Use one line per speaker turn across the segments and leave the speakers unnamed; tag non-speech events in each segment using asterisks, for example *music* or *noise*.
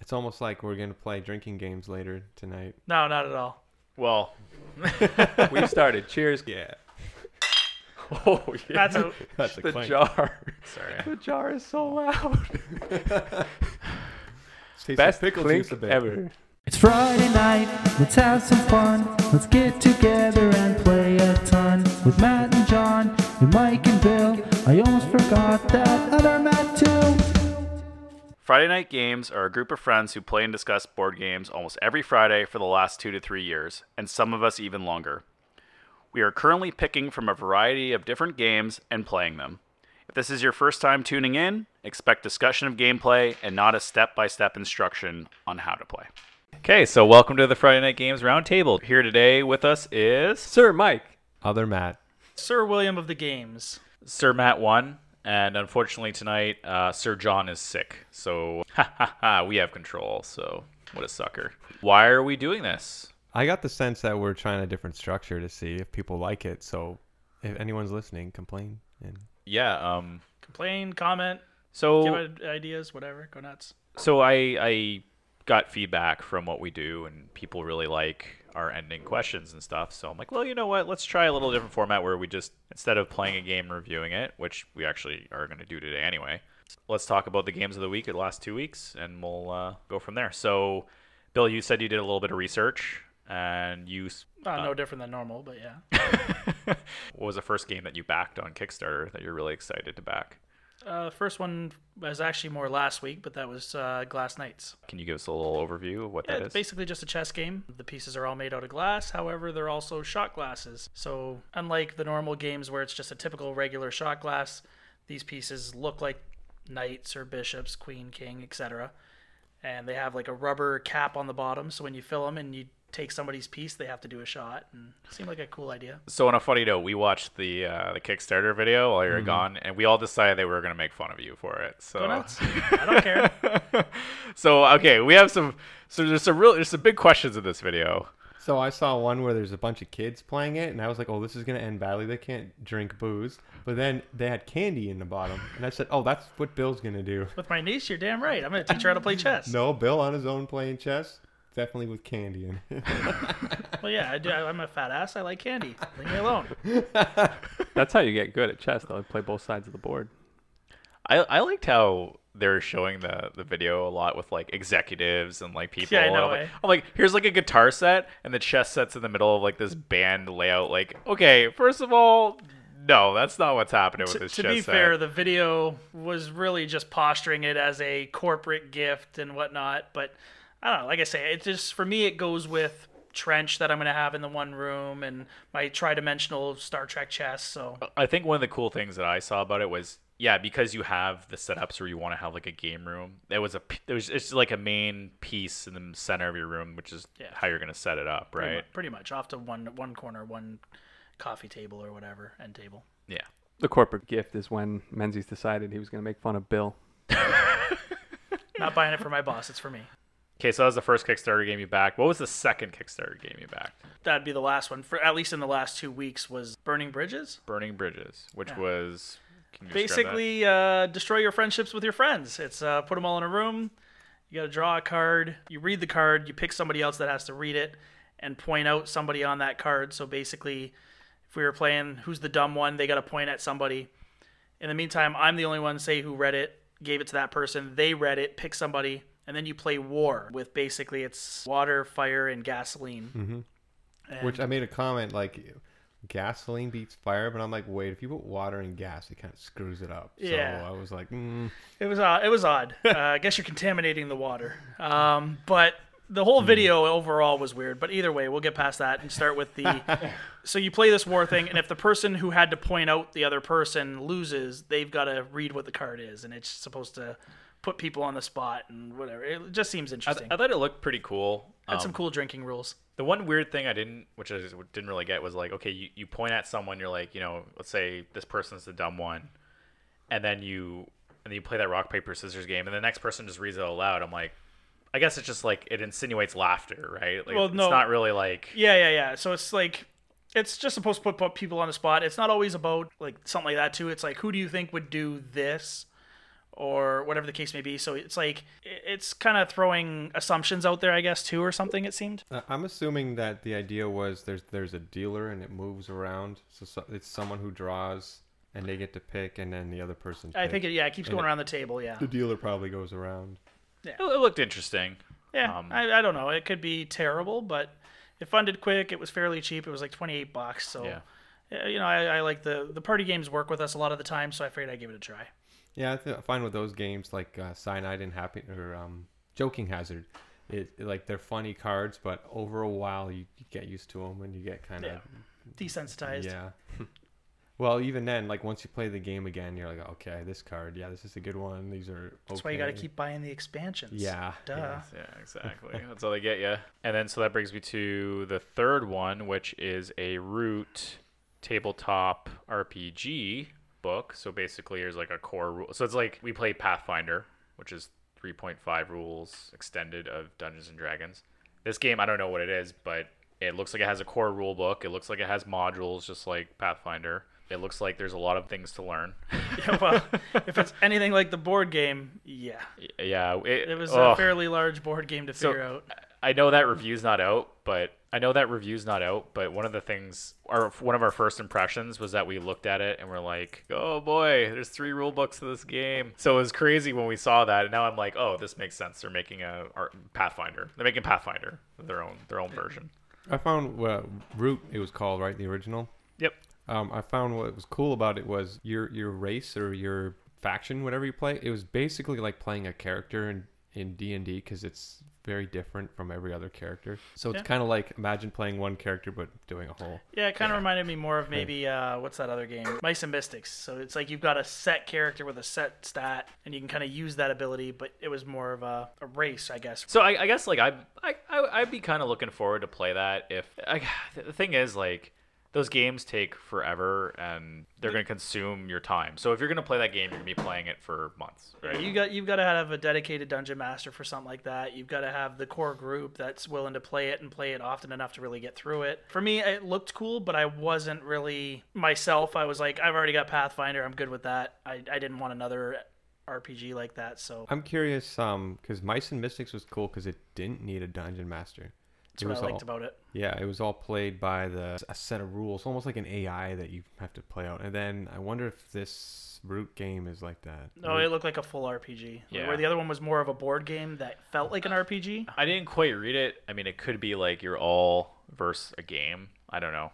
It's almost like we're gonna play drinking games later tonight.
No, not at
*laughs*
all.
*laughs*
Well, we started. Cheers.
Yeah,
*laughs* Oh, yeah.
That's a,
*laughs* that's a
the
clank.
jar.
sorry.
The jar is so loud.
Tastes like
Best
pickle
clink
juice a bit.
ever.
It's Friday night, let's have some fun. Let's get together and play a ton with Matt and John and Mike and Bill. I almost forgot that other Matt too.
Friday Night Games are a group of friends who play and discuss board games almost every Friday for the last two to three years, and some of us even longer. We are currently picking from a variety of different games and playing them. If this is your first time tuning in, expect discussion of gameplay and not a step by step instruction on how to play. Okay, so welcome to the Friday Night Games Roundtable. Here today with us is
Sir Mike.
Other Matt.
*laughs* Sir William of the Games.
Sir Matt One, and unfortunately tonight, uh, Sir John is sick. So *laughs* ha, ha, ha, we have control. So what a sucker! Why are we doing this?
I got the sense that we're trying a different structure to see if people like it. So if anyone's listening, complain. And
Yeah. Um.
Complain, comment, give
So
i- ideas, whatever. Go nuts.
so I I got feedback from what we do, and people really like our ending questions and stuff. So I'm like, well, you know what? Let's try a little different format where we just instead of playing a game and reviewing it, which we actually are going to do today anyway. Let's talk about the games of the week of the last two weeks, and we'll uh, go from there. So, Bill, you said you did a little bit of research, and you s-
Uh, no different than normal, but yeah.
what was the first game that you backed on Kickstarter that you're really excited to back?
Uh, first one was actually more last week, but that was uh, Glass Knights.
Can you give us a little overview of what
Yeah,
that
it's
is?
Uh, basically just a chess game. The pieces are all made out of glass. However, they're also shot glasses. So, unlike the normal games where it's just a typical regular shot glass, these pieces look like knights or bishops, queen, king, etc. And they have like a rubber cap on the bottom. So, when you fill them and you take somebody's piece, they have to do a shot. And it seemed like a cool idea.
So on a funny note, we watched the uh, the Kickstarter video while you were gone, and we all decided that we were gonna make fun of you for it. So
Mm-hmm. Go nuts. I don't care.
so okay, we have some. So there's some real there's some big questions in this video.
so I saw one where there's a bunch of kids playing it, and I was like, "Oh, this is gonna end badly. They can't drink booze." But then they had candy in the bottom, and I said, "Oh, that's what Bill's gonna do." *laughs*
With my niece, you're damn right. I'm going to teach her how
*laughs*
to play chess.
No, Bill on his own playing chess, definitely with candy in it.
Well, yeah, I do. I- I'm a fat ass. I like candy. Leave me alone.
That's how you get good at chess. Though, play both sides of the board.
I I liked how they're showing the the video a lot with like executives and like people.
Yeah, I
and
know,
I'm, like,
eh?
I'm like, here's like a guitar set, and the chess set's in the middle of like this band layout. Like, okay, first of all, no, that's not what's happening with
to,
this
to
chess
be
set.
fair, the video was really just posturing it as a corporate gift and whatnot. But I don't know. Like I say, it just for me, it goes with trench that I'm gonna have in the one room and my tri-dimensional Star Trek chess. So
I think one of the cool things that I saw about it was yeah, because you have the setups where you want to have like a game room. There was a p- there was it's like a main piece in the center of your room, which is
Yeah.
how you're gonna set it up,
pretty,
right?
mu- pretty much off to one one corner, one coffee table or whatever end table.
Yeah.
The corporate gift is when Menzies decided he was gonna make fun of Bill.
Not buying it for my boss. It's for me.
Okay, so that was the first Kickstarter game you backed. What was the second Kickstarter game you backed?
That'd be the last one for at least in the last two weeks was Burning Bridges.
Burning Bridges, which was can you describe that?
basically uh, destroy your friendships with your friends. It's uh, put them all in a room. You got to draw a card. You read the card. You pick somebody else that has to read it and point out somebody on that card. So basically, if we were playing who's the dumb one, they got to point at somebody. In the meantime, I'm the only one say who read it, gave it to that person. They read it, pick somebody, and then you play war with basically it's water, fire, and gasoline. And
Which I made a comment like, gasoline beats fire, but I'm like, wait, if you put water and gas, it kind of screws it up.
Yeah.
So I was like, mm,
It was uh, it was odd. uh, I guess you're contaminating the water. Um, but the whole video overall was weird. But either way, we'll get past that and start with the. so you play this war thing, and if the person who had to point out the other person loses, they've got to read what the card is, and it's supposed to put people on the spot and whatever. It just seems
I,
interesting.
I thought it looked pretty cool.
Had
Um,
some cool drinking rules.
The one weird thing I didn't, which I didn't really get, was like, okay, you, you point at someone, you're like, you know, let's say this person's the dumb one, and then you and then you play that rock paper scissors game, and the next person just reads it out loud. I'm like, I guess it's just like it insinuates laughter, right? Like,
Well,
it's
no.
not really like
Yeah, yeah, yeah. So it's like it's just supposed to put, put people on the spot. It's not always about like something like that too. It's like who do you think would do this or whatever the case may be. So it's like i- it's kind of throwing assumptions out there, I guess, too, or something. It seemed.
Uh, I'm assuming that the idea was there's there's a dealer and it moves around, so, so it's someone who draws and they get to pick, and then the other person.
I
picks.
think it, yeah, it keeps
And
going
it-
around the table. Yeah,
the dealer probably goes around.
It, it looked interesting.
yeah.
Um,
I, I don't know. It could be terrible, but it funded quick. It was fairly cheap. It was like twenty eight bucks. So.
Yeah.
uh, You know, I, I like the the party games work with us a lot of the time, so I figured I'd give it a try.
Yeah, I th- I find with those games like uh, Cyanide and Happy or um, Joking Hazard, it, it- like they're funny cards, but over a while you, you get used to them and you get kind of yeah.
Desensitized.
*laughs* well, even then, like once you play the game again, you're like, okay, this card, yeah, this is a good one. These are okay.
That's why you got to keep buying the expansions.
Yeah,
Duh.
yeah.
Yeah, exactly. *laughs* That's all they get you. And then so that brings me to the third one, which is a root tabletop RPG book. So basically, there's like a core rule. So it's like we play Pathfinder, which is 3.5 rules extended of Dungeons and Dragons. This game, I don't know what it is, but it looks like it has a core rule book. It looks like it has modules, just like Pathfinder. It looks like there's a lot of things to learn. *laughs*
*laughs* well, if it's anything like the board game, yeah.
yeah, it,
It was
oh.
a fairly large board game to figure out.
I know that review's not out, but I know that review's not out. But one of the things, or one of our first impressions, was that we looked at it and we're like, "Oh boy, there's three rule books to this game." So it was crazy when we saw that, and now I'm like, "Oh, this makes sense. They're making a or Pathfinder. They're making Pathfinder their own their own version."
I found uh, Root. It was called right the original.
Yep.
um, I found what was cool about it was your your race or your faction, whatever you play. It was basically like playing a character in in D and D because it's very different from every other character. So it's
Yeah.
kind of like imagine playing one character but doing a whole.
Yeah, it kind of reminded me more of maybe uh, what's that other game, Mice and Mystics. So it's like you've got a set character with a set stat, and you can kind of use that ability. But it was more of a, a race, I guess.
So I, I guess like I I I- I'd be kind of looking forward to play that. If I, *sighs* the thing is like. Those games take forever, and they're going to consume your time. So if you're going to play that game, you're going to be playing it for months, right?
You got you've got to have a dedicated dungeon master for something like that. You've got to have the core group that's willing to play it and play it often enough to really get through it. For me, it looked cool, but I wasn't really myself. I was like, I've already got Pathfinder. I'm good with that. I, I didn't want another RPG like that. So
I'm curious, um, because Mice and Mystics was cool because it didn't need a dungeon master.
that's what I
all,
liked about it.
Yeah, it was all played by the a set of rules, almost like an AI that you have to play out. And then I wonder if this Root game is like that.
No, Oh, it looked like a full RPG.
Yeah.
Where the other one was more of a board game that felt like an RPG.
I didn't quite read it. I mean, it could be like you're all versus a game. I don't know.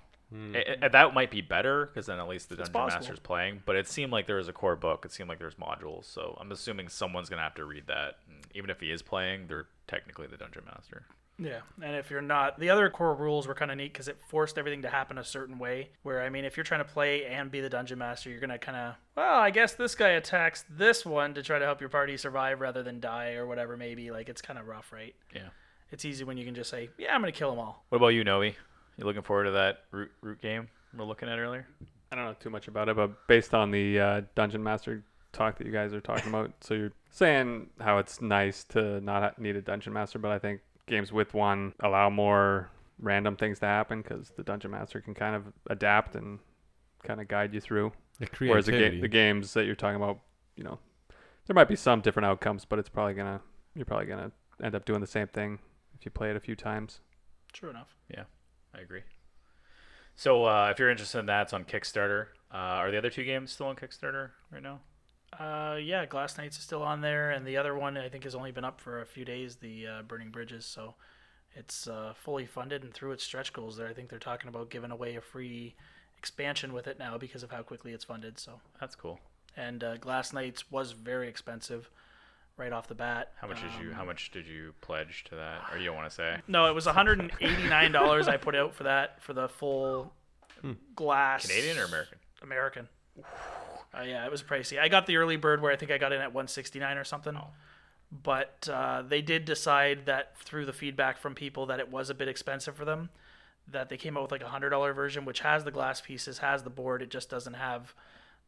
I- I- that might be better because then at least the dungeon
possible.
master's playing. But it seemed like there was a core book. It seemed like there's modules. So I'm assuming someone's gonna have to read that. And even if he is playing, they're technically the dungeon master.
Yeah. And if you're not, the other core rules were kind of neat because it forced everything to happen a certain way. Where, I mean, if you're trying to play and be the dungeon master, you're going to kind of, well, I guess this guy attacks this one to try to help your party survive rather than die or whatever, maybe. Like, it's kind of rough, right?
Yeah.
It's easy when you can just say, yeah, I'm going to kill them all.
What about you, Noe? You looking forward to that root root game we're looking at earlier?
I don't know too much about it, but based on the uh, Dungeon Master talk that you guys are talking about, so you're saying how it's nice to not ha- need a Dungeon Master, but I think games with one allow more random things to happen because the Dungeon Master can kind of adapt and kind of guide you through.
the
Whereas the,
creativity.
ga- the games that you're talking about, you know, there might be some different outcomes, but it's probably gonna you're probably gonna end up doing the same thing if you play it a few times.
True enough.
Yeah, I agree. So uh, if you're interested in that, it's on Kickstarter. Uh, are the other two games still on Kickstarter right now?
Uh, yeah, Glass Knights is still on there, and the other one I think has only been up for a few days, the uh, Burning Bridges. So it's uh, fully funded and through its stretch goals. There, I think they're talking about giving away a free expansion with it now because of how quickly it's funded. So
That's cool.
and uh, Glass Knights was very expensive right off the bat.
How much did you How much did you pledge to that? Or you don't want to *sighs* say?
No, it was one hundred and eighty nine dollars I put out for that for the full glass
Hmm. Canadian or American?
American. Uh, yeah, it was pricey. I got the early bird where I think I got in at 169 or something. But uh, they did decide that through the feedback from people that it was a bit expensive for them, that they came out with like a hundred dollar version, which has the glass pieces, has the board. It just doesn't have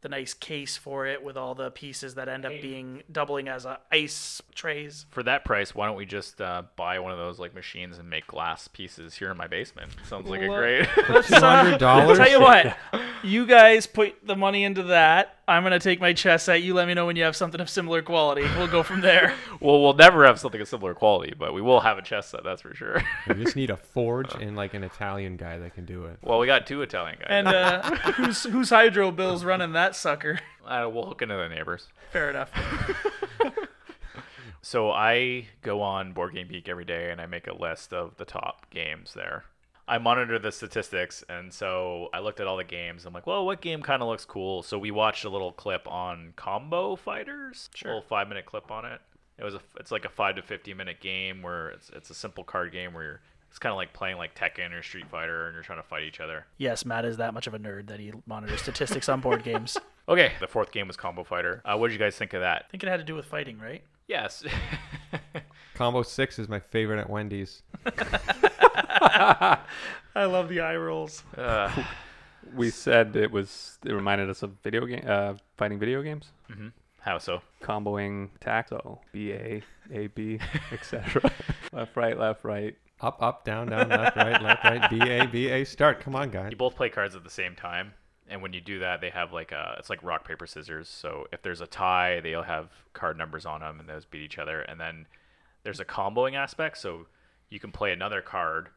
the nice case for it with all the pieces that end up being doubling as a ice trays.
For that price, why don't we just uh, buy one of those like machines and make glass pieces here in my basement? Sounds *laughs* like a great.
Let's, uh,
$200?
Tell you what, you guys put the money into that. I'm gonna take my chess set. You let me know when you have something of similar quality. We'll go from there.
Well, we'll never have something of similar quality, but we will have a chess set, that's for sure. *laughs*
We just need a forge and like an Italian guy that can do it.
well, we got two Italian guys.
And uh, *laughs* who's who's hydro bills running that sucker? *laughs*
uh, we'll hook into the neighbors.
Fair enough.
So I go on Board Game Geek every day and I make a list of the top games there. I monitor the statistics, and so I looked at all the games. I'm like, well, what game kind of looks cool? So we watched a little clip on Combo Fighters, sure. a little five minute clip on it. It was a, it's like a five to fifty minute game where it's it's a simple card game where you're, it's kind of like playing like Tekken or Street Fighter, and you're trying to fight each other.
Yes, Matt is that much of a nerd that he monitors statistics on board *laughs* games. I
Okay, the fourth game was Combo Fighter. Uh, what did you guys think of that?
think it had to do with fighting, right?
Yes, *laughs*
Combo six is my favorite at Wendy's.
I love the eye rolls.
We said it was. It reminded us of video game, uh, fighting video games,
how so?
comboing attack, so B A A B, etc. left, right, left, right.
Up, up, down, down, left, right, left, right, B A B A. Start. Come on, guys.
you both play cards at the same time and when you do that they have like a it's like rock paper scissors so if there's a tie they'll have card numbers on them and those beat each other and then there's a comboing aspect so you can play another card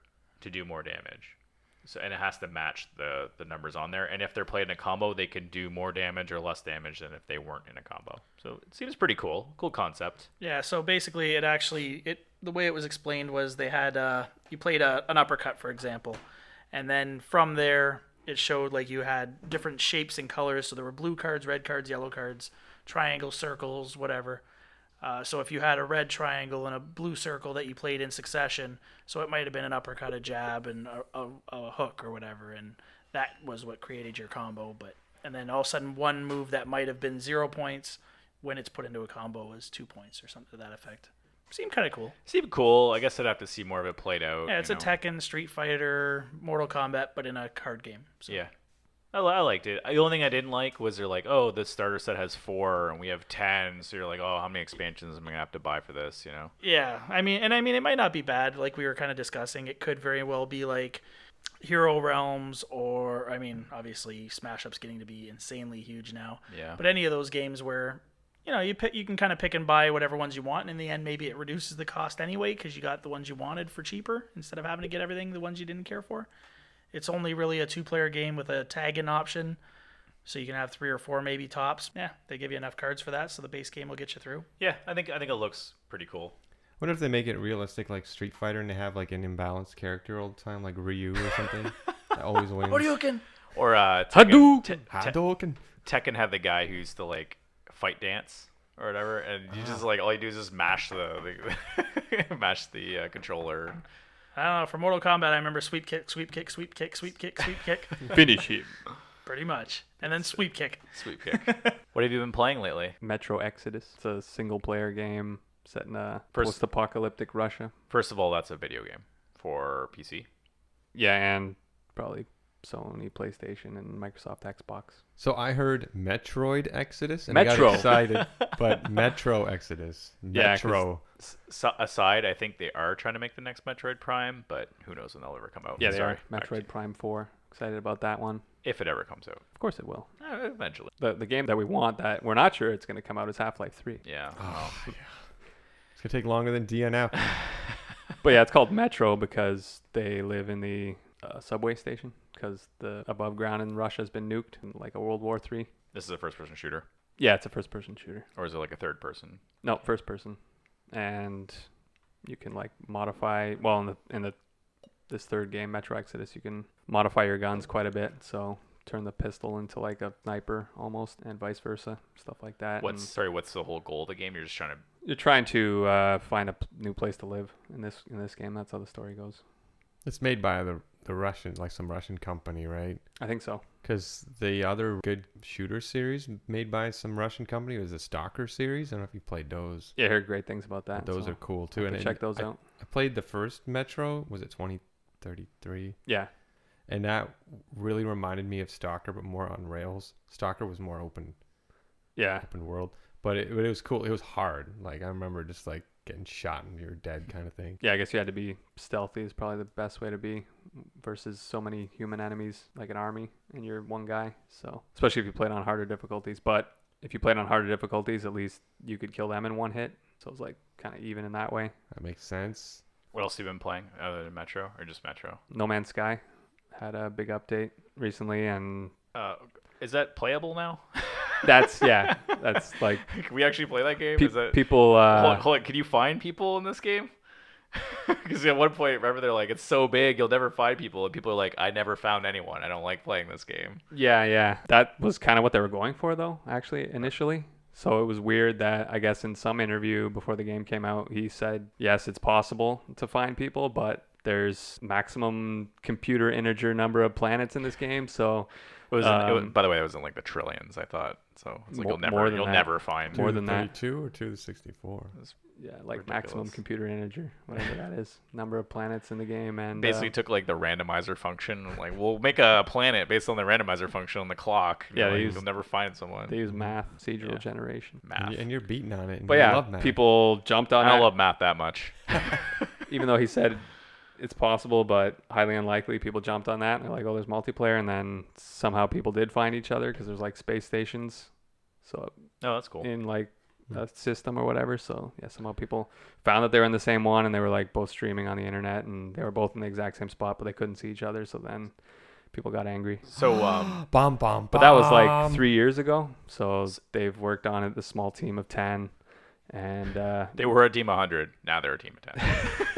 to do more damage so and it has to match the the numbers on there and if they're played in a combo they can do more damage or less damage than if they weren't in a combo so it seems pretty cool cool concept
Yeah, so basically, it actually it the way it was explained was they had uh, you played a, an uppercut, for example, and then from there it showed like you had different shapes and colors. So there were blue cards, red cards, yellow cards, triangles, circles, whatever. Uh, so if you had a red triangle and a blue circle that you played in succession, so it might have been an uppercut, a jab, and a, a, a hook or whatever, and that was what created your combo. But and then all of a sudden, one move that might have been zero points when it's put into a combo is two points or something to that effect. Seemed kind of cool.
seemed cool i guess i'd have to see more of it played out
Yeah, it's
you
a
know.
Tekken, Street Fighter, Mortal Kombat, but in a card game. So
Yeah. I, li- I liked it. The only thing I didn't like was they're like, oh, the starter set has four and we have ten. So you're like, oh, how many expansions am I going to have to buy for this? You know?
Yeah, I mean, and I mean, it might not be bad. Like we were kind of discussing, it could very well be like Hero Realms, or I mean, obviously Smash Up's getting to be insanely huge now.
Yeah.
But any of those games where you know you pick, you can kind of pick and buy whatever ones you want, and in the end, maybe it reduces the cost anyway because you got the ones you wanted for cheaper instead of having to get everything the ones you didn't care for. It's only really a two-player game with a tag-in option, so you can have three or four maybe tops. Yeah, they give you enough cards for that, so the base game will get you through.
Yeah, I think I think it looks pretty cool.
What if they make it realistic, like Street Fighter, and they have like an imbalanced character all the time, like Ryu or
*laughs*
something? that always wins.
What are you looking?
Or uh,
Hadouken!
Tekken, Te- Te-
Hadouken.
Tekken had the guy who's the like fight dance or whatever, and you just like all you do is just mash the, the *laughs* mash the uh, controller.
I don't know. Uh, For Mortal Kombat, I remember sweep kick, sweep kick, sweep kick, sweep kick, sweep kick, *laughs*
Finish him.
pretty much, and then sweep kick.
*laughs* Sweet pick. *laughs* what have you been playing lately?
Metro Exodus. It's a single-player game set in a
First-
post-apocalyptic Russia.
First of all, that's a video game for PC.
Yeah, and probably Sony PlayStation and Microsoft Xbox.
So I heard Metroid Exodus, and
Metro.
I got
*laughs*
excited. but Metro Exodus,
Yeah, 'cause-
Metro.
S- so- aside, I think they are trying to make the next Metroid Prime, but who knows when they'll ever come out.
Yeah, they
Sorry.
are. Metroid
Actually,
Prime 4. Excited about that one.
If it ever comes out.
Of course it will.
Uh, eventually.
The, the game that we want that we're not sure it's going to come out is Half-Life 3.
*laughs* Yeah. well,
It's gonna take longer than DNF.
But yeah, it's called Metro because they live in the uh, subway station because the above ground in Russia has been nuked in like a World War Three.
This is a first person shooter.
Yeah, it's a first person shooter.
Or is it like a third person?
No, first person, and you can like modify. Well, in the in the this third game, Metro Exodus, you can modify your guns quite a bit. So turn the pistol into like a sniper almost, and vice versa, stuff like that.
What's
And
sorry, what's the whole goal of the game? You're just trying to
you're trying to uh, find a p- new place to live in this in this game. That's how the story goes.
It's made by the the Russian, like some Russian company, right?
I think so.
Because the other good shooter series made by some Russian company was the Stalker series. I don't know if you played those.
Yeah, I heard great things about that.
Those
so
are cool too.
I have to
it-
check those
I-
out.
I played the first Metro. Was it 2033?
Yeah.
And that really reminded me of Stalker, but more on rails. Stalker was more open
Yeah.
open world, but it, but it was cool. It was hard. Like I remember just like getting shot and you're dead kind of thing.
Yeah, I guess you had to be stealthy is probably the best way to be versus so many human enemies like an army and you're one guy. So especially if you played on harder difficulties, but if you played on harder difficulties, at least you could kill them in one hit. So it's like kind of even in that way.
That makes sense.
What else have you been playing other than Metro or just Metro?
No Man's Sky had a big update recently, and
Uh, is that playable now? *laughs*
*laughs*
that's yeah, that's like
Can we actually play that game?
pe-
is that
people. Uh,
hold, on, hold on, can you find people in this game? *laughs* Because at one point, remember they're like, "It's so big, you'll never find people," and people are like, "I never found anyone. I don't like playing this game."
Yeah, yeah. That was kind of what they were going for, though, actually, initially. So it was weird that I guess in some interview before the game came out, he said, yes, it's possible to find people, but there's maximum computer integer number of planets in this game. So
It was, in- it was-
Um,
by the way, it was in like the trillions. I thought so. It's like
Mo-
you'll never,
more than
you'll
that.
never find.
More
Two to
than that.
32 or 2 to 64.
yeah, like maximum
Ridiculous.
computer integer, whatever that is, number of planets in the game. And
Basically,
uh,
took like the randomizer function. and, Like, we'll make a planet based on the randomizer function on the clock. and
Yeah,
you're
they
like,
use-
you'll never find someone.
they use math, procedural
Mm-hmm. Yeah.
generation.
math.
And, you, and you're beating on it. And
Ah. But
you
yeah,
love that.
people jumped on
I
it.
don't love math that
*laughs*
much.
even though he said it's possible but highly unlikely people jumped on that and they're like oh there's multiplayer and then somehow people did find each other because there's like space stations so
No, that's cool.
in like a system or whatever so yeah somehow people found that they were in the same one and they were like both streaming on the internet and they were both in the exact same spot but they couldn't see each other so then people got angry
So, um,
Bomb, bomb,
but that was like
bomb.
three years ago so they've worked on it the small team of 10 and uh
they were a team of 100. Now they're a team of 10.
*laughs*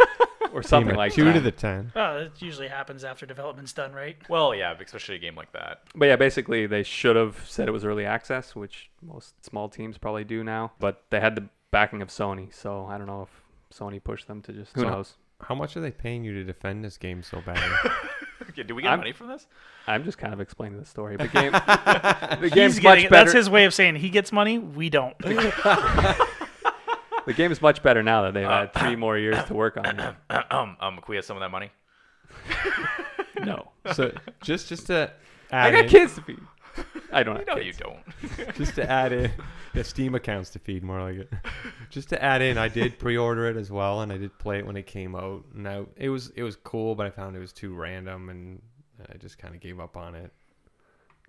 or
Team
something
of
like
two
that
to the 10.
Well, it usually happens after development's done, right?
well, yeah, especially a game like that.
But yeah, basically they should have said it was early access, which most small teams probably do now. But they had the backing of Sony, so I don't know if Sony pushed them to just who
So-
knows.
How much are they paying you to defend this game so badly?
*laughs*
Okay, do we get
I'm-
money from this?
I'm just kind of explaining the story. The game, the game's
He's
much
getting,
better.
that's his way of saying he gets money, we don't.
The game is much better now that they've had three more years to work on it.
um, um, can we have some of that money?
No,
so just just to
I
add
got
in,
kids to feed. I don't have
No,
kids.
you don't.
just to add in the Steam accounts to feed more like it. Just to add in, I did pre-order it as well, and I did play it when it came out. And I, it was it was cool, but I found it was too random, and I just kind of gave up on it.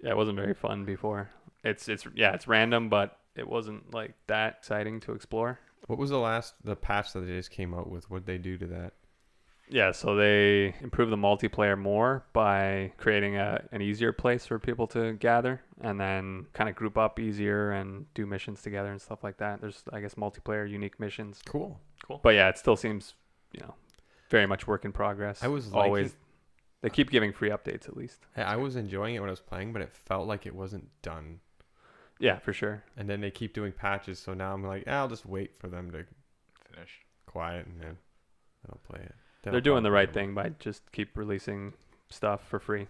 Yeah, it wasn't very fun before. It's it's yeah, it's random, but it wasn't like that exciting to explore.
What was the last the patch that they just came out with? What'd they do to that?
Yeah, so they improve the multiplayer more by creating a, an easier place for people to gather and then kind of group up easier and do missions together and stuff like that. There's, I guess, multiplayer unique missions.
Cool.
But yeah, it still seems, you know, very much work in progress.
I was
always.
liking-
They keep giving free updates at least.
I, I was enjoying it when I was playing, but it felt like it wasn't done.
Yeah, for sure.
And then they keep doing patches, so now I'm like, "Ah, I'll just wait for them to
Finish.
quiet, and then I'll play it.
They're doing the right thing by just keep releasing stuff for free,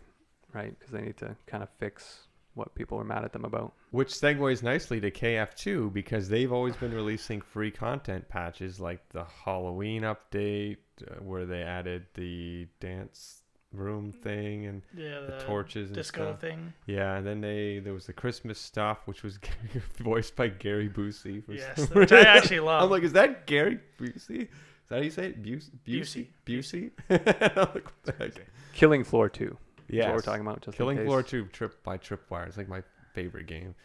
right? Because they need to kind of fix what people were mad at them about.
Which segues nicely to KF2 because they've always been releasing free content patches like the Halloween update uh, where they added the dance room thing and
*laughs* Yeah,
the, torches and
Mm-hmm. disco
stuff. *laughs*
thing.
Yeah, and then they there was the Christmas stuff which was *laughs* voiced by Gary Busey. For
Yes,
some
which
*laughs*
I
reason.
actually love.
I'm like, is that Gary Busey? Is that how you say it? Buse, Busey? Busey? *laughs* I'm like, what the heck?
Killing Floor 2. Yeah,
Yes.
what we're talking about. Just in
Killing
case.
Floor 2 trip by Tripwire. It's like my favorite game.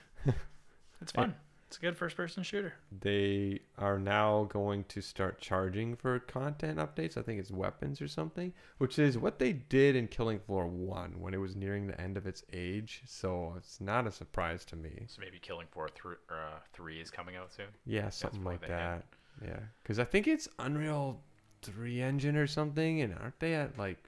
It's fun. It's a good first person shooter.
they are now going to start charging for content updates. I think it's weapons or something, which is what they did in Killing Floor 1 when it was nearing the end of its age. So it's not a surprise to me.
So maybe Killing Floor thr- uh, 3 is coming out soon.
Yeah, something
what
like
they did.
that. Yeah. Because I think it's Unreal 3 engine or something, and aren't they at like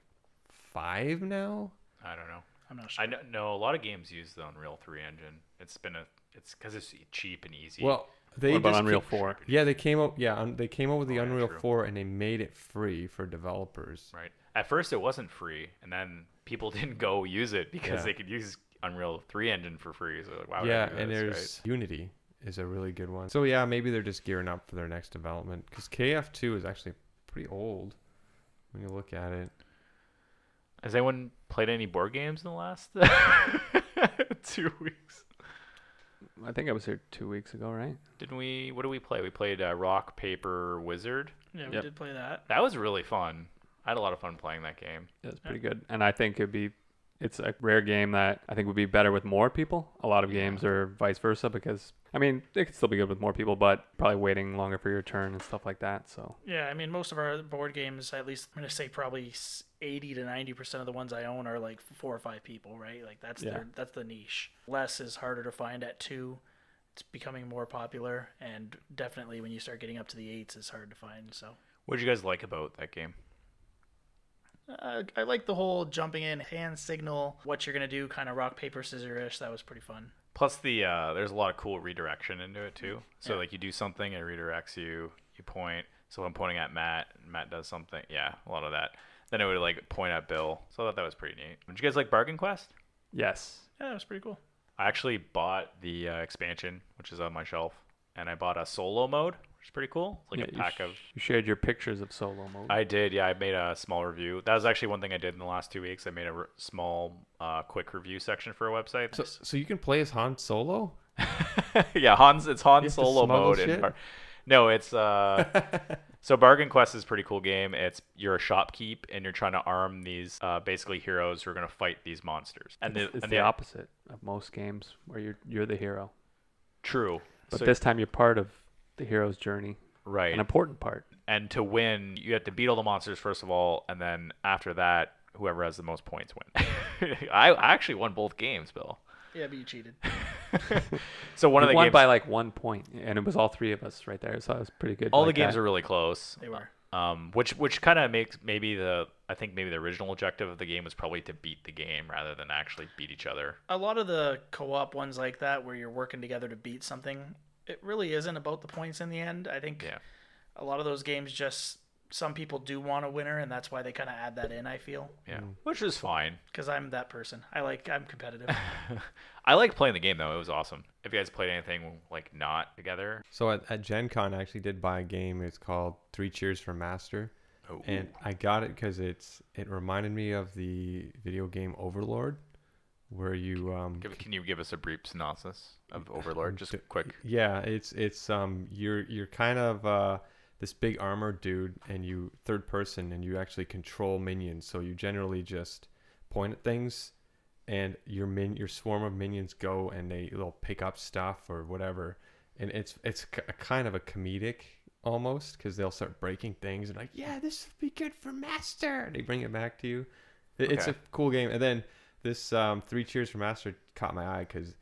5 now?
I don't know.
I'm not sure.
I kn- know a lot of games use the Unreal 3 engine. It's been a it's because it's cheap and easy.
Well, they
What about
just
Unreal
ca-
4?
Yeah, they came up. Yeah, un- they came up with the
Oh, yeah,
Unreal
true.
4 and they made it free for developers.
right. At first, it wasn't free, and then people *laughs* didn't go use it because
Yeah.
they could use Unreal 3 engine for free. So like, why would I
yeah,
do
and
this,
there's
right?
Unity is a really good one. So yeah, maybe they're just gearing up for their next development because KF2 is actually pretty old when you look at it.
Has anyone played any board games in the last *laughs* two weeks?
I think I was here two weeks ago, right?
Didn't we? What did we play? We played uh, Rock Paper Wizard.
Yeah, we
Yep.
did play that.
That was really fun. I had a lot of fun playing that game.
It's pretty good, and I think it'd be. It's a rare game that I think would be better with more people. A lot of games are vice versa because I mean it could still be good with more people, but probably waiting longer for your turn and stuff like that. So
Yeah, I mean, most of our board games, at least I'm gonna say probably s- 80 to 90 percent of the ones I own are like four or five people, right? Like that's
Yeah.
their, that's the niche. Less is harder to find at two. It's becoming more popular, and definitely when you start getting up to the eights, it's hard to find. So
What did you guys like about that game?
uh, I like the whole jumping in, hand signal, what you're gonna do, kind of rock paper scissors ish. That was pretty fun.
Plus the uh, there's a lot of cool redirection into it too. So like you do something, it redirects you. You point. So I'm pointing at Matt. And Matt does something. Yeah, a lot of that. Then it would like point at Bill. So I thought that was pretty neat. Did you guys like Bargain Quest?
yes,
Yeah, that was pretty cool.
I actually bought the uh, expansion, which is on my shelf, and I bought a solo mode, which is pretty cool. It's like a
Yeah,
pack
you,
of
sh- you shared your pictures of solo mode.
I did, yeah. I made a small review. That was actually one thing I did in the last two weeks. I made a r- small, uh, quick review section for a website.
So, so you can play as Han Solo?
*laughs* yeah, Hans, it's Han
You have to
Solo
smuggle
mode.
shit?
In Bar- no, it's
*laughs*
uh, so Bargain Quest is a pretty cool game. It's you're a shopkeep and you're trying to arm these uh, basically heroes who are gonna fight these monsters. And
it's,
the,
it's
and
the
the-
opposite of most games where you're you're the hero,
true,
but
So-
this time you're part of the hero's journey,
right?
an important part.
and to win you have to beat all the monsters first of all and then after that whoever has the most points win *laughs* i I actually won both games bill
Yeah, but you cheated.
so one
One
of the
won
games
by like one point, and it was all three of us right there, so that was pretty good.
all
like uh,
the games
that.
are really close
They were.
um which which kind of makes maybe the i think maybe the original objective of the game was probably to beat the game rather than actually beat each other
a lot of the co-op ones like that where you're working together to beat something it really isn't about the points in the end i think
Yeah.
a lot of those games just some people do want a winner and that's why they kind of add that in i feel
yeah
Mm.
which is fine
because i'm that person i like i'm competitive
i like playing the game though it was awesome if you guys played anything like not together
So at, at Gen Con, I actually did buy a game. It's called Three Cheers for Master.
Ooh.
And I got it because it's it reminded me of the video game Overlord, where you um
give- can you give us a brief synopsis of
*laughs*
overlord just quick
yeah it's it's um you're you're kind of uh this big armored dude and you third person and you actually control minions so you generally just point at things and your min your swarm of minions go and they they'll pick up stuff or whatever and it's it's k- a kind of a comedic almost because they'll start breaking things and like yeah this would be good for master they bring it back to you It- it's a
Okay.
cool game and then this um, three cheers for master caught my eye because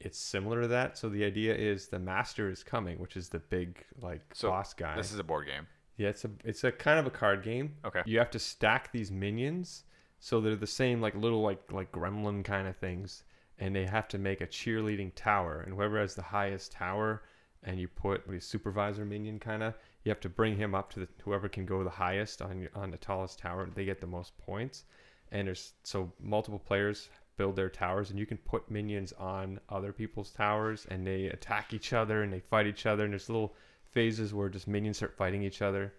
it's similar to that so the idea is the master is coming which is the big like
So,
boss guy
this is a board game
yeah, it's a it's a kind of a card game.
Okay.
You have to stack these minions so they're the same like little like like gremlin kind of things and they have to make a cheerleading tower and whoever has the highest tower and you put a supervisor minion kind of you have to bring him up to the whoever can go the highest on your- on the tallest tower they get the most points and there's so multiple players build their towers and you can put minions on other people's towers and they attack each other and they fight each other and there's little phases where just minions start fighting each other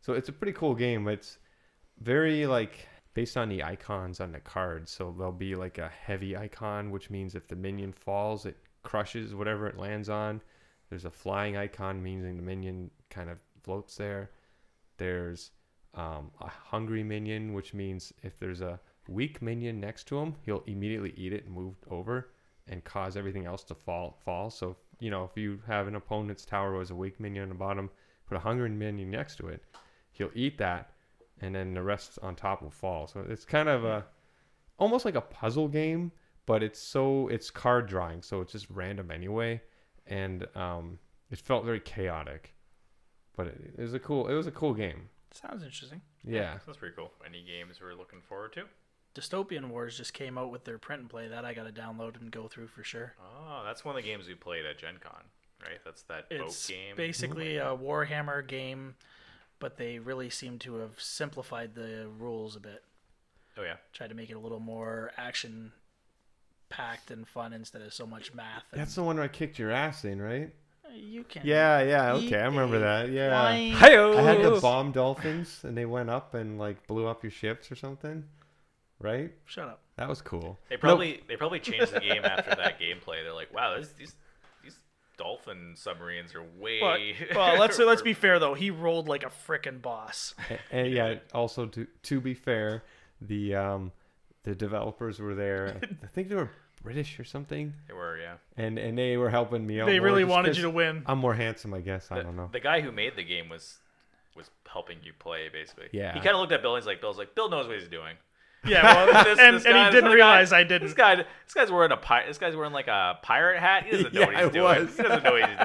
so it's a pretty cool game it's very like based on the icons on the cards so there'll be like a heavy icon which means if the minion falls it crushes whatever it lands on there's a flying icon meaning the minion kind of floats there there's um, a hungry minion, which means if there's a weak minion next to him, he'll immediately eat it and move over and cause everything else to fall. Fall. So you know if you have an opponent's tower with a weak minion on the bottom, put a hungry minion next to it, he'll eat that, and then the rest on top will fall. So it's kind of a almost like a puzzle game, but it's so it's card drawing, so it's just random anyway, and um, it felt very chaotic. But it, it was a cool it was a cool game.
sounds interesting
Yeah.
that's pretty cool any games we're looking forward to
dystopian wars just came out with their print and play that i gotta download and go through for sure
Oh, that's one of the games we played at Gen Con, right? That's that
it's
boat game.
basically a warhammer game but they really seem to have simplified the rules a bit
oh yeah.
try to make it a little more action packed and fun instead of so much math. And Eh,
That's the one where I kicked your ass in, right?
you can.
Yeah, yeah,
eat
okay, I remember
a
that. Yeah.
flying-
I had to bomb dolphins and they went up and like blew up your ships or something. Right?
Shut up.
That was cool.
They probably they probably changed the game after that gameplay. They're like, wow, this, these these dolphin submarines are way. *laughs*
But well, let's let's be fair though. He rolled like a frickin' boss.
and yeah, also to to be fair, the um the developers were there. I think they were British or something,
They were, yeah.
and and they were helping me out.
They
more
really
just
wanted
'cause
you *laughs* to win.
I'm more handsome, I guess. I don't know.
The guy who made the game was was helping you play basically.
Yeah.
He kind of looked at Bill and he's like, Bill's like, Bill knows what he's doing.
Yeah, *laughs* well,
This-
and,
this
and
guy-
he
this
didn't
other
realize
guy,
I didn't.
This guy, this guy's wearing a pi- This guy's wearing like a pirate hat. He *laughs* doesn't know
Yeah,
what
I
he's doing.
was.
He doesn't know what he's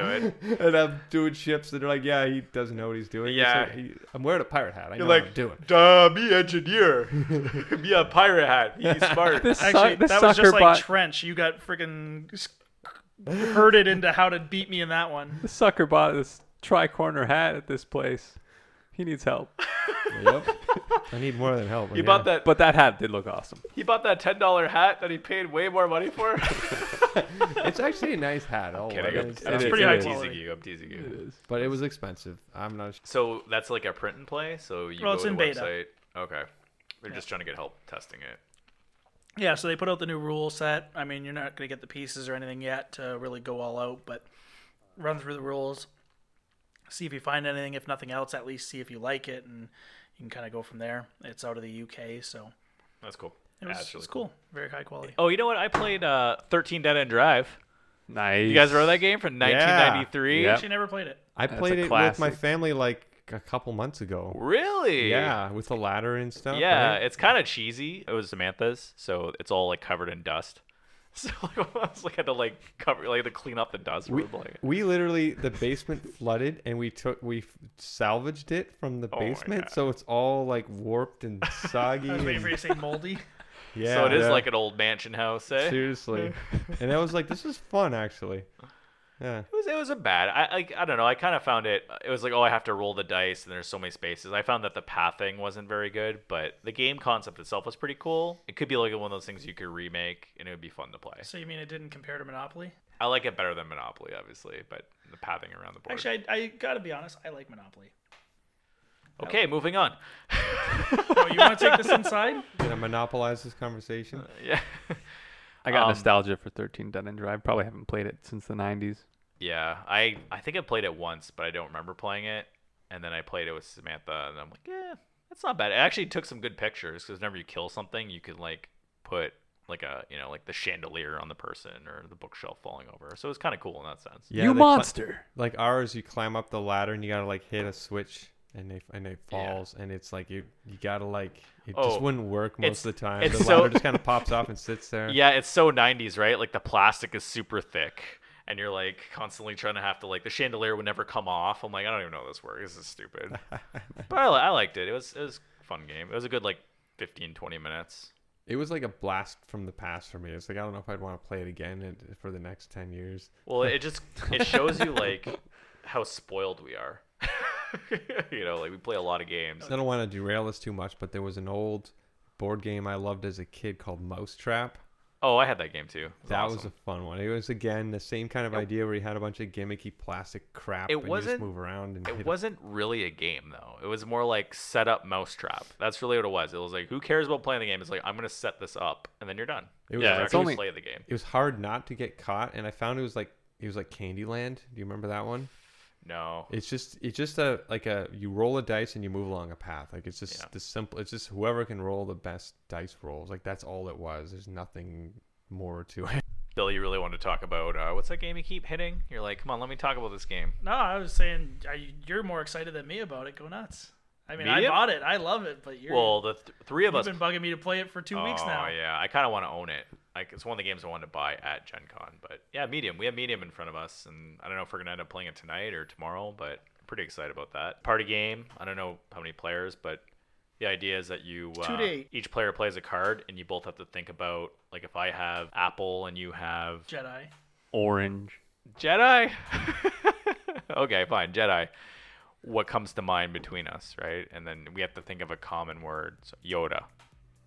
doing.
and I'm doing ships that are like, yeah, he doesn't know what he's doing. It's
Yeah.
like, he- I'm wearing a pirate hat. I know what I'm doing.
duh, *laughs* be engineer, *laughs* be a pirate hat. He's *laughs* smart.
This,
Actually,
*laughs* suck- this
that
sucker
was just like
bot,
Trench. You got freaking s- herded into how to beat me in that one.
this sucker bought this tri-corner hat at this place. He needs help.
yep. I need more than help.
He bought that.
But that hat did look awesome.
He bought that ten dollar hat that he paid way more money for.
It's actually a nice hat. I'll wear
*laughs* Kidding.
it.
I'm-
It's-
I'm
it is,
pretty
it
high
is.
quality.
teasing you. I'm teasing you.
But it was expensive. I'm not. sh-
So that's like a print and play. So you
Well,
go
it's
to
in
the
beta.
website. Okay. They're just trying to get help testing it.
Yeah, so they put out the new rule set. I mean, you're not going to get the pieces or anything yet to really go all out, but run through the rules, see if you find anything. If nothing else, at least see if you like it, and you can kind of go from there. It's out of the UK, so
That's cool.
it was,
Yeah, it's
it
really
was cool. Very high quality.
Oh, you know what? I played uh, 13 Dead End Drive.
Nice.
You guys remember that game from 1993?
Yep.
Actually, never played it.
I
That's
played
a
it with my
classic.
family like a couple months ago.
Really?
Yeah, with the ladder and stuff.
Yeah,
right?
it's kind of cheesy. It was Samantha's, so it's all like covered in dust. *laughs* So like, I was like had to like cover like to clean up the dust.
We,
from, like,
we literally the basement flooded and we took we f- salvaged it from the
Oh my
basement,
God.
so it's all like warped and soggy.
I was waiting for you
and,
to say moldy.
yeah,
so it is
yeah.
like an old mansion house. Eh? It
seriously, and I was like, this is fun
*laughs*
actually. Yeah,
was it was a bad. I like I don't know. I kind of found it. It was like oh I have to roll the dice and there's so many spaces. I found that the pathing wasn't very good, but the game concept itself was pretty cool. It could be like one of those things you could remake and it would be fun to play.
So you mean it didn't compare to Monopoly?
I like it better than Monopoly, obviously, but the pathing around the board.
Actually, I, I gotta be honest. I like
*laughs*
Monopoly.
okay, moving on.
Oh, you want to take this inside?
gonna monopolize this conversation.
Yeah.
I got
Um,
nostalgia for 13 Dun and Drive. Probably haven't played it since the 90s.
Yeah, I I think I played it once, but I don't remember playing it. And then I played it with Samantha, and I'm like, yeah, that's not bad. It actually took some good pictures because whenever you kill something, you could like put like a you know like the chandelier on the person or the bookshelf falling over. So it was kind of cool in that sense.
Yeah,
you
they cla-
monster.
like ours, you climb up the ladder and you gotta like hit a switch and they and it falls and it's like you you gotta like it
Oh,
just wouldn't work most
it's-
of the time.
it's
The
so-
ladder just kind of pops off and sits there.
Yeah, it's so 90s, right? Like the plastic is super thick. And you're like constantly trying to have to like the chandelier would never come off. I'm like, I don't even know how this works. This is stupid. but I, li- I liked it. It was it was a fun game. It was a good like 15 20 minutes.
It was like a blast from the past for me. It's like I don't know if I'd want to play it again and- for the next ten years.
Well, it just it shows you like how spoiled we are. *laughs* you know, like we play a lot of games.
I don't want to derail this too much, but there was an old board game I loved as a kid called Mousetrap.
Oh, I had that game too. It was
That
awesome.
was a fun one. It was again the same kind of idea where you had a bunch of gimmicky plastic crap
It
and you
wasn't-
just move around and
it
hit-
wasn't really a game though. It was more like set up mousetrap. That's really what it was. It was like who cares about playing the game? It's like I'm gonna set this up and then you're done.
It was
Yeah,
Never
it's
actually
only-
play the game.
it was hard not to get caught and i found it was like it was like candyland do you remember that one
No.
it's just it's just a like a you roll a dice and you move along a path like it's just
Yeah.
the simple it's just whoever can roll the best dice rolls like that's all it was there's nothing more to it *laughs*
Bill, you really want to talk about uh, what's that game you keep hitting? You're like, come on, let me talk about this game.
No, I was saying I, you're more excited than me about it. Go nuts. I mean, I
Me?
bought it. I love it, but you're
Well, the th- three of
you've
us
been bugging me to play it for two weeks now.
Oh yeah, I kind of want to own it. Like it's one of the games I wanted to buy at Gen Con. But yeah, Medium. We have Medium in front of us, and I don't know if we're gonna end up playing it tonight or tomorrow. But I'm pretty excited about that party game. I don't know how many players, but the idea is that you
Two
uh,
to eight.
each player plays a card, and you both have to think about like if I have Apple and you have
Jedi.
Orange.
*laughs*
Jedi. okay, fine, Jedi. What comes to mind between us, right? And then we have to think of a common word. So Yoda.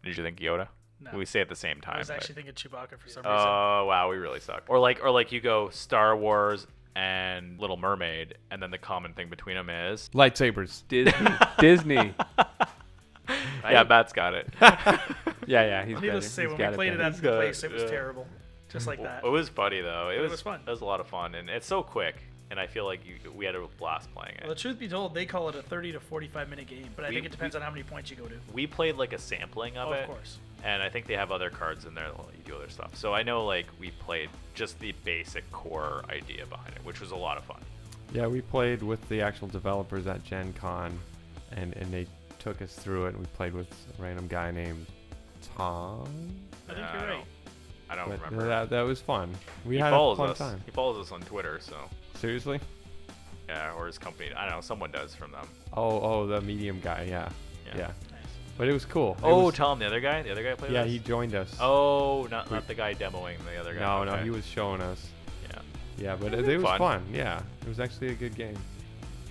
Did you think Yoda?
No.
We say it at the same time.
I was
but-
actually thinking Chewbacca for some reason.
Oh wow, we really suck. Or like, or like you go Star Wars and Little Mermaid, and then the common thing between them is
lightsabers
Disney. *laughs* Disney.
yeah, Matt's got it.
*laughs*
Yeah, yeah, he's better.
Needless to say,
He's
when
got
we played it
better.
at the place, it was terrible. just like that.
It was funny though. It, was,
was fun.
It was a lot of fun, and it's so quick. And I feel like you, we had a blast playing it.
Well, the truth be told, they call it a 30 to 45 minute game, but I
We-
think it depends on how many points you go to.
we played like a sampling of
Oh,
it.
of course.
And I think they have other cards in there that let you do other stuff. So I know like we played just the basic core idea behind it, which was a lot of fun.
Yeah, we played with the actual developers at Gen Con and, and they took us through it. and We played with a random guy named Tom.
I think
Uh,
you're
I
right.
don't- I don't
But uh,
remember.
that, that was fun. We
he
had a
follows
fun
us.
time.
He follows us on Twitter, so
Seriously?
yeah, or his company. I don't know. Someone does from them.
Oh, oh, the medium guy. Yeah. Yeah.
Yeah.
But it was cool. It
Oh,
was-
Tom, the other guy. The other guy played.
yeah,
with us?
he joined us.
Oh, not not the guy demoing the other guy.
no, no,
Okay.
he was showing us.
Yeah,
Yeah, but it,
was
it was
fun.
fun. Yeah, it was actually a good game.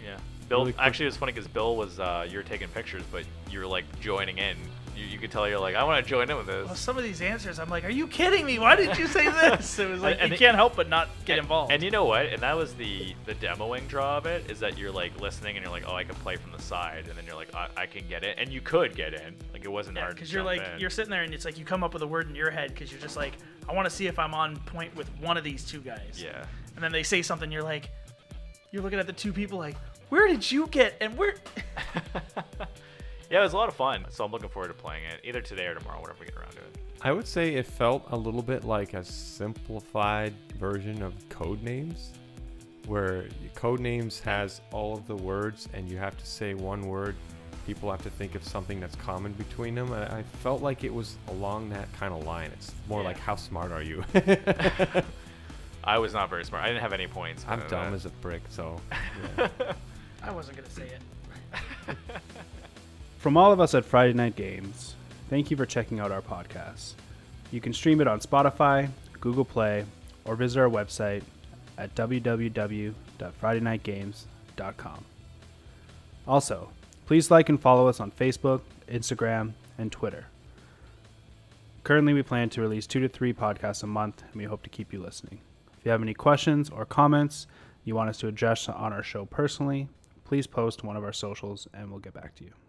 yeah. Bill,
Really quick-
actually, it was funny because Bill was uh, you were taking pictures, but you were like joining in. You, you could tell you're like, I want to join in with this.
Well, some of these answers, I'm like, are you kidding me? Why did you
*laughs*
say this? It was like,
And
you
it-
can't help but not get
And-
involved.
And you know what? And that was the the demoing draw of it is that you're like listening and you're like, oh, I can play from the side, and then you're like, I, I can get in, and you could get in. Like it wasn't
Yeah,
hard. to
because you're
jump
like
in.
you're sitting there and it's like you come up with a word in your head because you're just like I want to see if I'm on point with one of these two guys.
Yeah.
And then they say something, you're like, you're looking at the two people like, where did you get and where? *laughs*
Yeah, it was a lot of fun. So I'm looking forward to playing it either today or tomorrow, whenever we get around to it.
I would say it felt a little bit like a simplified version of Codenames, where Codenames has all of the words and you have to say one word. People have to think of something that's common between them. And I felt like it was along that kind of line. It's more
Yeah.
like, how smart are you? *laughs*
I was not very smart. I didn't have any points.
I'm
Uh,
dumb as a brick, so.
I wasn't gonna say it.
From all of us at Friday Night Games, thank you for checking out our podcast. You can stream it on Spotify, Google Play, or visit our website at www.fridaynightgames.com. Also, please like and follow us on Facebook, Instagram, and Twitter. Currently, we plan to release two to three podcasts a month, and we hope to keep you listening. If you have any questions or comments you want us to address on our show personally, please post to one of our socials and we'll get back to you.